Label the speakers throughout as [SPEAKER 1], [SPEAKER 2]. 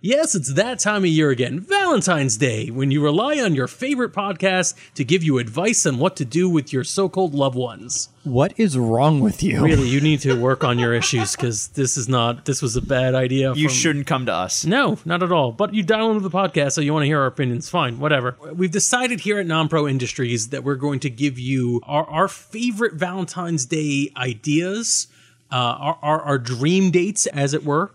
[SPEAKER 1] Yes, it's that time of year again, Valentine's Day, when you rely on your favorite podcast to give you advice on what to do with your so called loved ones.
[SPEAKER 2] What is wrong with you?
[SPEAKER 1] Really, you need to work on your issues because this is not, this was a bad idea.
[SPEAKER 3] You
[SPEAKER 1] from-
[SPEAKER 3] shouldn't come to us.
[SPEAKER 1] No, not at all. But you downloaded the podcast, so you want to hear our opinions. Fine, whatever. We've decided here at Nonpro Industries that we're going to give you our, our favorite Valentine's Day ideas, uh, our, our, our dream dates, as it were.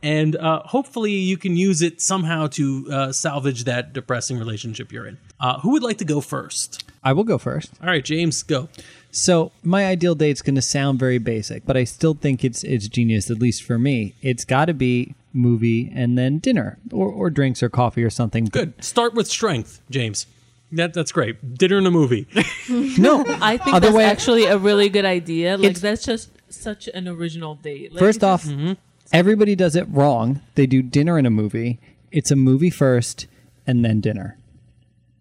[SPEAKER 1] And uh, hopefully, you can use it somehow to uh, salvage that depressing relationship you're in. Uh, who would like to go first?
[SPEAKER 2] I will go first.
[SPEAKER 1] All right, James, go.
[SPEAKER 2] So my ideal date's going to sound very basic, but I still think it's it's genius, at least for me. It's got to be movie and then dinner or, or drinks or coffee or something.
[SPEAKER 1] Good. Start with strength, James. That, that's great. Dinner and a movie.
[SPEAKER 2] No,
[SPEAKER 4] I think
[SPEAKER 2] Other
[SPEAKER 4] that's
[SPEAKER 2] way-
[SPEAKER 4] actually a really good idea. Like
[SPEAKER 2] It's-
[SPEAKER 4] that's just such an original date. Like,
[SPEAKER 2] First
[SPEAKER 4] it's
[SPEAKER 2] off, everybody does it wrong. They do dinner and a movie. It's a movie first and then dinner,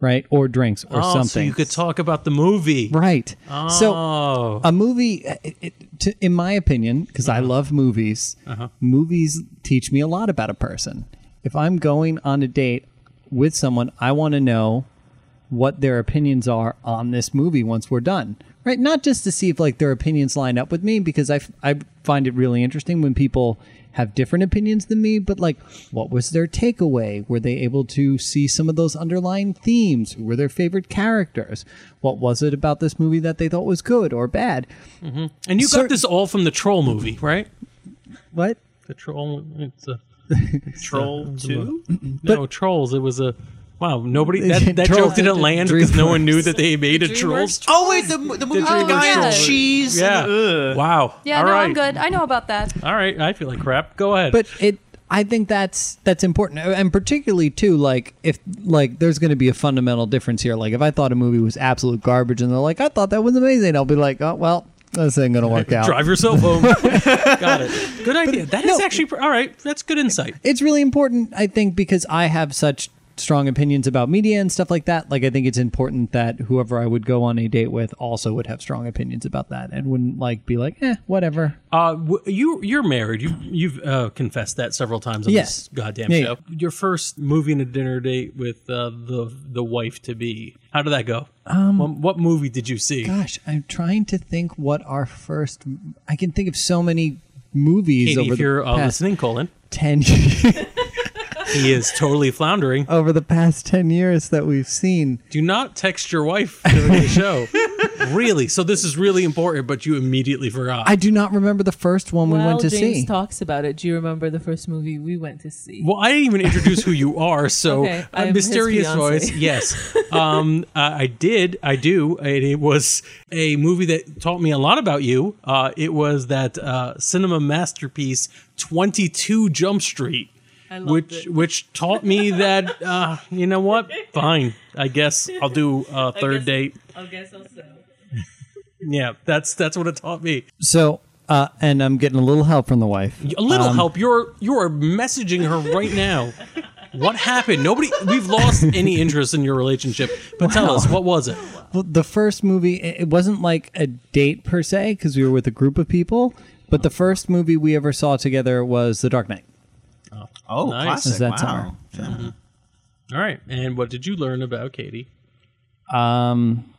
[SPEAKER 2] right? Or drinks or
[SPEAKER 1] Oh,
[SPEAKER 2] something.
[SPEAKER 1] so you could talk about the movie.
[SPEAKER 2] right. So
[SPEAKER 1] Oh.
[SPEAKER 2] a movie, uh, it, it, to, in my opinion, because I love movies, movies teach me a lot about a person. If I'm going on a date with someone, I want to know what their opinions are on this movie once we're done right not just to see if like their opinions line up with me because I, f- I find it really interesting when people have different opinions than me but like what was their takeaway were they able to see some of those underlying themes who were their favorite characters what was it about this movie that they thought was good or bad
[SPEAKER 1] And you
[SPEAKER 2] Cer-
[SPEAKER 1] got this all from the Troll movie, right?
[SPEAKER 2] what
[SPEAKER 1] The Troll. It's a,
[SPEAKER 3] Troll two.
[SPEAKER 1] no Trolls. It was a. Wow, nobody that, that
[SPEAKER 2] Trolls
[SPEAKER 1] joke didn't
[SPEAKER 2] did
[SPEAKER 1] land because no one knew
[SPEAKER 2] DreamWorks.
[SPEAKER 1] that they made a
[SPEAKER 4] DreamWorks
[SPEAKER 1] Trolls.
[SPEAKER 3] Oh wait, the, the movie with
[SPEAKER 1] Oh,
[SPEAKER 3] the guy and
[SPEAKER 5] yeah.
[SPEAKER 3] the cheese.
[SPEAKER 1] Yeah.
[SPEAKER 3] and- ugh.
[SPEAKER 1] Wow.
[SPEAKER 5] Yeah,
[SPEAKER 1] All
[SPEAKER 5] no,
[SPEAKER 1] right.
[SPEAKER 5] I'm good. I know about that.
[SPEAKER 1] All right. I feel like crap. Go ahead.
[SPEAKER 2] but it i think that's that's important and particularly too like if like there's going to be a fundamental difference here like if i thought a movie was absolute garbage and they're like i thought that was amazing i'll be like oh well this ain't gonna work out
[SPEAKER 1] drive yourself home. got it. Good idea. That is
[SPEAKER 2] no.
[SPEAKER 1] actually pr- all right. That's good insight.
[SPEAKER 2] it's really important i think because i have such strong opinions about media and stuff like that like i think it's important that whoever i would go on a date with also would have strong opinions about that and wouldn't like be like eh whatever
[SPEAKER 1] Uh, w- you you're married. You you've uh, confessed that several times on
[SPEAKER 2] Yes.
[SPEAKER 1] this goddamn
[SPEAKER 2] Yeah,
[SPEAKER 1] show. Your first movie and a dinner date with uh, the the wife to be. How did that go? Um, what, what movie did you see?
[SPEAKER 2] gosh i'm trying to think what our first i can think of so many movies
[SPEAKER 1] Katie,
[SPEAKER 2] over
[SPEAKER 1] if
[SPEAKER 2] the
[SPEAKER 1] you're uh,
[SPEAKER 2] past
[SPEAKER 1] listening, Colin,
[SPEAKER 2] 10
[SPEAKER 1] he is totally floundering.
[SPEAKER 2] over the past 10 years that we've seen
[SPEAKER 1] Do not text your wife during the show. really? So this is really important, but you immediately forgot.
[SPEAKER 2] i do not remember the first one we
[SPEAKER 4] While
[SPEAKER 2] went to
[SPEAKER 4] James
[SPEAKER 2] see
[SPEAKER 4] talks about it, do you remember the first movie we went to see?
[SPEAKER 1] well, I didn't even introduce who you are, so
[SPEAKER 4] Okay,
[SPEAKER 1] uh,
[SPEAKER 4] I'm his
[SPEAKER 1] mysterious
[SPEAKER 4] fiancé.
[SPEAKER 1] voice. Yes, um, uh, I did. I do. And it was a movie that taught me a lot about you. Uh, it was that uh, cinema masterpiece, Twenty Two Jump Street.
[SPEAKER 4] I loved
[SPEAKER 1] which
[SPEAKER 4] it.
[SPEAKER 1] which taught me that uh, you know what? Fine, I guess I'll do a third
[SPEAKER 4] guess-
[SPEAKER 1] date.
[SPEAKER 4] I guess also.
[SPEAKER 1] Yeah, that's that's what it taught me.
[SPEAKER 2] so uh, and i'm getting a little help from the wife
[SPEAKER 1] A little
[SPEAKER 2] Um,
[SPEAKER 1] help. You're you're messaging her right now. what happened? Nobody. We've lost any interest in your relationship. But tell us, what was it?
[SPEAKER 2] well, the first movie it it wasn't like a date per se because we were with a group of people but the first movie we ever saw together was the dark knight
[SPEAKER 3] Oh,
[SPEAKER 1] Nice.
[SPEAKER 3] classic.
[SPEAKER 2] Is that
[SPEAKER 3] wow. Mm-hmm.
[SPEAKER 1] All right. And what did you learn about Katie?
[SPEAKER 2] um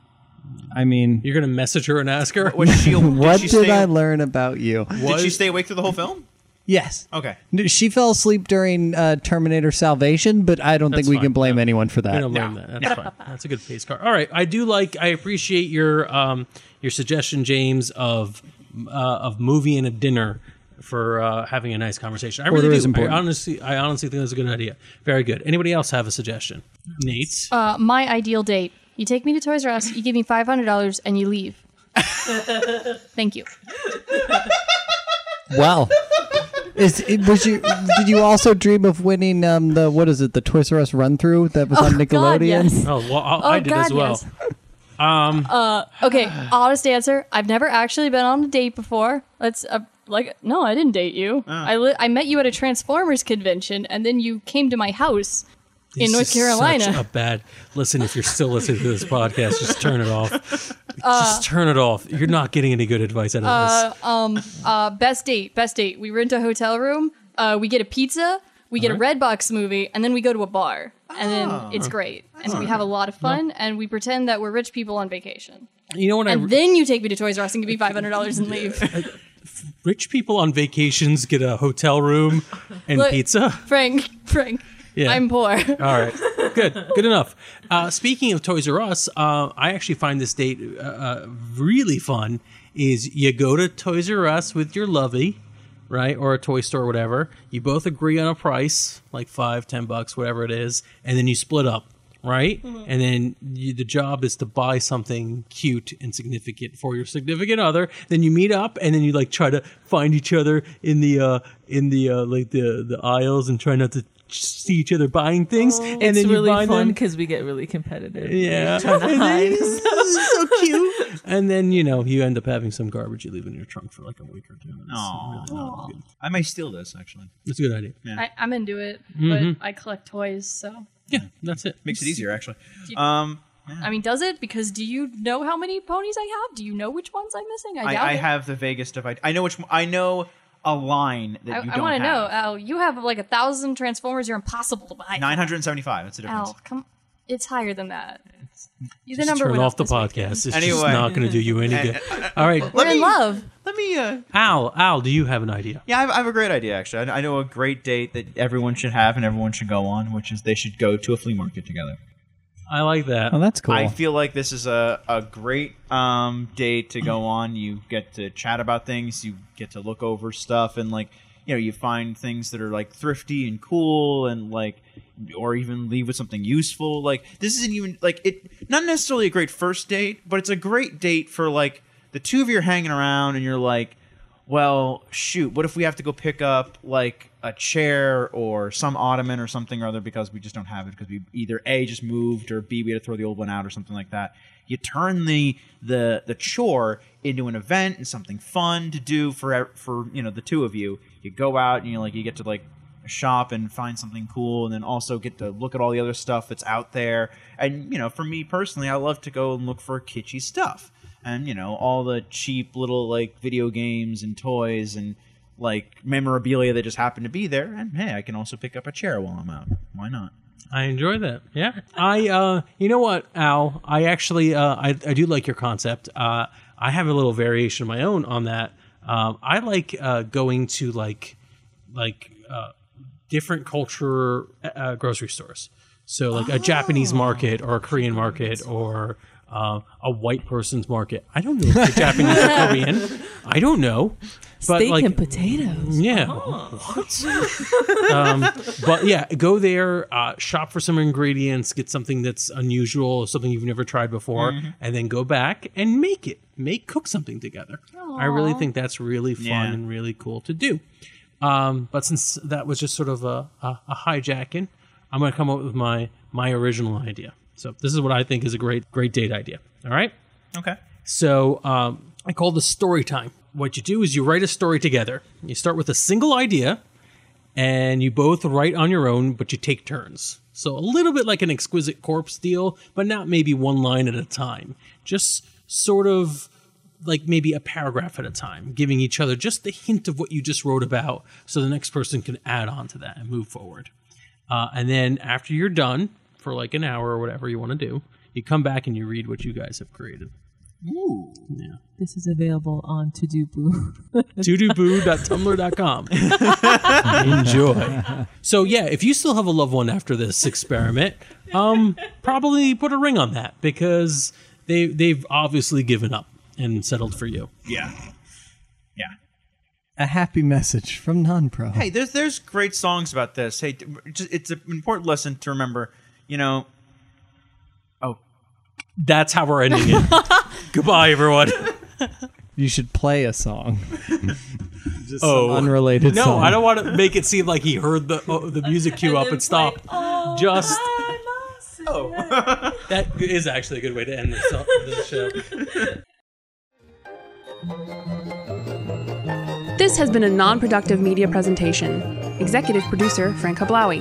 [SPEAKER 2] i mean
[SPEAKER 1] You're gonna message her and ask her.
[SPEAKER 3] Was she?
[SPEAKER 2] what
[SPEAKER 3] did, she
[SPEAKER 2] did,
[SPEAKER 3] stay,
[SPEAKER 2] i learn about you
[SPEAKER 3] Did she
[SPEAKER 1] Was-
[SPEAKER 3] stay awake through the whole film?
[SPEAKER 2] yes
[SPEAKER 3] Okay.
[SPEAKER 2] No, she fell asleep during uh, terminator salvation but i don't
[SPEAKER 1] That's
[SPEAKER 2] think we
[SPEAKER 1] fine.
[SPEAKER 2] can blame anyone for that
[SPEAKER 1] We don't blame that. That's fine. That's a good pace car. All right. I do like. I appreciate your um your suggestion, James, of uh, of movie and a dinner for uh, having a nice conversation. I
[SPEAKER 2] Order
[SPEAKER 1] really
[SPEAKER 2] is
[SPEAKER 1] do. I
[SPEAKER 2] important.
[SPEAKER 1] honestly, I honestly think that's a good idea. Very good. Anybody else have a suggestion? Nate.
[SPEAKER 2] Oh.
[SPEAKER 5] Uh, my ideal date. You take me to Toys R Us, you give me $500, and you leave. Thank you.
[SPEAKER 2] Wow. Is it, was you? Did you also dream of winning um, the what is it? The Toys R Us run through that was on Nickelodeon.
[SPEAKER 5] Oh, God, yes.
[SPEAKER 1] Oh, well, I, I
[SPEAKER 5] Oh,
[SPEAKER 1] did
[SPEAKER 5] God,
[SPEAKER 1] as well.
[SPEAKER 5] yes. Okay, honest answer. I've never actually been on a date before. That's uh like no, I didn't date you.
[SPEAKER 1] Oh.
[SPEAKER 5] I li- I met you at a Transformers convention, and then you came to my house in
[SPEAKER 1] This
[SPEAKER 5] North
[SPEAKER 1] is
[SPEAKER 5] Carolina.
[SPEAKER 1] Such a bad. Listen, if you're still listening to this podcast, just turn it off. just turn it off. You're not getting any good advice out of this.
[SPEAKER 5] uh, best date, best date. We rent a hotel room. Uh, we get a pizza. We get
[SPEAKER 1] All Oh.
[SPEAKER 5] a Redbox movie, and then we go to a bar, and then it's great, and we have a lot of fun, and we pretend that we're rich people on vacation.
[SPEAKER 1] You know what? I
[SPEAKER 5] And then you take me to Toys R Us and give me five hundred dollars and leave.
[SPEAKER 1] rich people on vacations get a hotel room and
[SPEAKER 5] Look-
[SPEAKER 1] pizza.
[SPEAKER 5] Frank, Frank,
[SPEAKER 1] Yeah.
[SPEAKER 5] I'm poor.
[SPEAKER 1] All right, good, good enough. Uh, speaking of Toys R Us, uh, I actually find this date uh, uh, really fun. Is you go to Toys R Us with your lovey, right, or a toy store, whatever. You both agree on a price, like five, ten bucks, whatever it is, and then you split up, right?
[SPEAKER 4] Mm-hmm.
[SPEAKER 1] And then you, the job is to buy something cute and significant for your significant other. Then you meet up, and then you like try to find each other in the uh, in the uh, like the the aisles and try not to see each other buying things and
[SPEAKER 4] Oh, it's
[SPEAKER 1] then
[SPEAKER 4] really
[SPEAKER 1] you buy
[SPEAKER 4] fun
[SPEAKER 1] them
[SPEAKER 4] because we get really competitive.
[SPEAKER 1] yeah And then- it's so cute and then you know you end up having some garbage you leave in your trunk for like a week or two it's,
[SPEAKER 3] Aw.
[SPEAKER 1] really not good.
[SPEAKER 3] I may steal this actually.
[SPEAKER 1] it's a good idea
[SPEAKER 5] I, I'm into it, but I collect toys, so
[SPEAKER 1] yeah that's it
[SPEAKER 3] Makes it easier actually. Um,
[SPEAKER 5] I mean, does it? Because do you know how many ponies I have? Do you know which ones I'm missing? I doubt
[SPEAKER 3] I, I
[SPEAKER 5] it.
[SPEAKER 3] have the vaguest of I, I know which I know a line that you
[SPEAKER 5] I, I
[SPEAKER 3] don't
[SPEAKER 5] want to know, uh,
[SPEAKER 3] have.
[SPEAKER 5] Al. You have like a thousand Transformers. You're impossible to buy.
[SPEAKER 3] Nine hundred and seventy-five. That's the difference.
[SPEAKER 5] Al, come. It's higher than that. You're the
[SPEAKER 1] Just
[SPEAKER 5] number
[SPEAKER 1] turn
[SPEAKER 5] one
[SPEAKER 1] off the
[SPEAKER 5] this
[SPEAKER 1] podcast
[SPEAKER 5] weekend.
[SPEAKER 1] it's just
[SPEAKER 3] Anyway.
[SPEAKER 1] not going to do you any good all right
[SPEAKER 5] We're
[SPEAKER 3] Let
[SPEAKER 5] in
[SPEAKER 3] me-
[SPEAKER 5] love.
[SPEAKER 3] Let me. Uh,
[SPEAKER 1] al al do you have an idea
[SPEAKER 3] yeah, I have, I have a great idea actually. I, I know a great date that everyone should have and everyone should go on, which is they should go to a flea market together.
[SPEAKER 1] i like that
[SPEAKER 2] Oh, that's cool.
[SPEAKER 3] I feel like this is a, a great um, day to go on. You get to chat about things, you get to look over stuff, and like you know, you find things that are like thrifty and cool, and like or even leave with something useful. Like this isn't even like it. Not necessarily a great first date, but it's a great date for like the two of you are hanging around, and you're like, well, shoot, what if we have to go pick up like a chair or some ottoman or something or other because we just don't have it because we either a just moved or b we had to throw the old one out or something like that. You turn the the the chore into an event and something fun to do for e, for you know the two of you. You go out and you like you get to like shop and find something cool and then also get to look at all the other stuff that's out there and you know for me personally i love to go and look for kitschy stuff and you know all the cheap little like video games and toys and like memorabilia that just happen to be there and hey i can also pick up a chair while i'm out why not
[SPEAKER 1] I enjoy that. Yeah. I uh you know what, Al? I actually uh I, I do like your concept. Uh I have a little variation of my own on that. Um I like uh going to like like uh different culture uh, grocery stores. So like
[SPEAKER 4] Oh.
[SPEAKER 1] a Japanese market or a Korean market or uh, a white person's market. I don't know if they're Japanese or Korean. I don't know. But
[SPEAKER 4] Steak
[SPEAKER 1] like
[SPEAKER 4] and potatoes.
[SPEAKER 1] yeah. What? um, but yeah, go there, uh, shop for some ingredients, get something that's unusual, something you've never tried before, and then go back and make it. Make cook something together. I really think that's really fun
[SPEAKER 3] Yeah.
[SPEAKER 1] and really cool to do. Um, but since that was just sort of a, a, a hijacking, I'm going to come up with my my original idea. So this is what I think is a great great date idea. All right.
[SPEAKER 3] okay
[SPEAKER 1] So um, I call this story time. What you do is you write a story together. You start with a single idea, and you both write on your own, but you take turns. So a little bit like an exquisite corpse deal, but not maybe one line at a time. Just sort of like maybe a paragraph at a time, giving each other just the hint of what you just wrote about, so the next person can add on to that and move forward. Uh, and then after you're done for like an hour or whatever you want to do, you come back and you read what you guys have created.
[SPEAKER 3] Ooh.
[SPEAKER 4] This is available on To Do Boo.
[SPEAKER 1] doodoboo.tumblr.com. Enjoy. So yeah, if you still have a loved one after this experiment, um, probably put a ring on that because they they've obviously given up and settled for you.
[SPEAKER 3] yeah yeah
[SPEAKER 2] a happy message from non-pro.
[SPEAKER 3] hey there's there's great songs about this hey just, it's an important lesson to remember you know oh
[SPEAKER 1] That's how we're ending it. Goodbye, everyone.
[SPEAKER 2] You should play a song. Just some
[SPEAKER 1] Oh.
[SPEAKER 2] unrelated
[SPEAKER 1] No,
[SPEAKER 2] song.
[SPEAKER 1] I don't want to make it seem like he heard the oh, the music cue up and stopped.
[SPEAKER 4] oh.
[SPEAKER 1] Just that is actually a good way to end this, uh, this show.
[SPEAKER 6] This has been a non productive media presentation. Executive producer Frank Hablawi.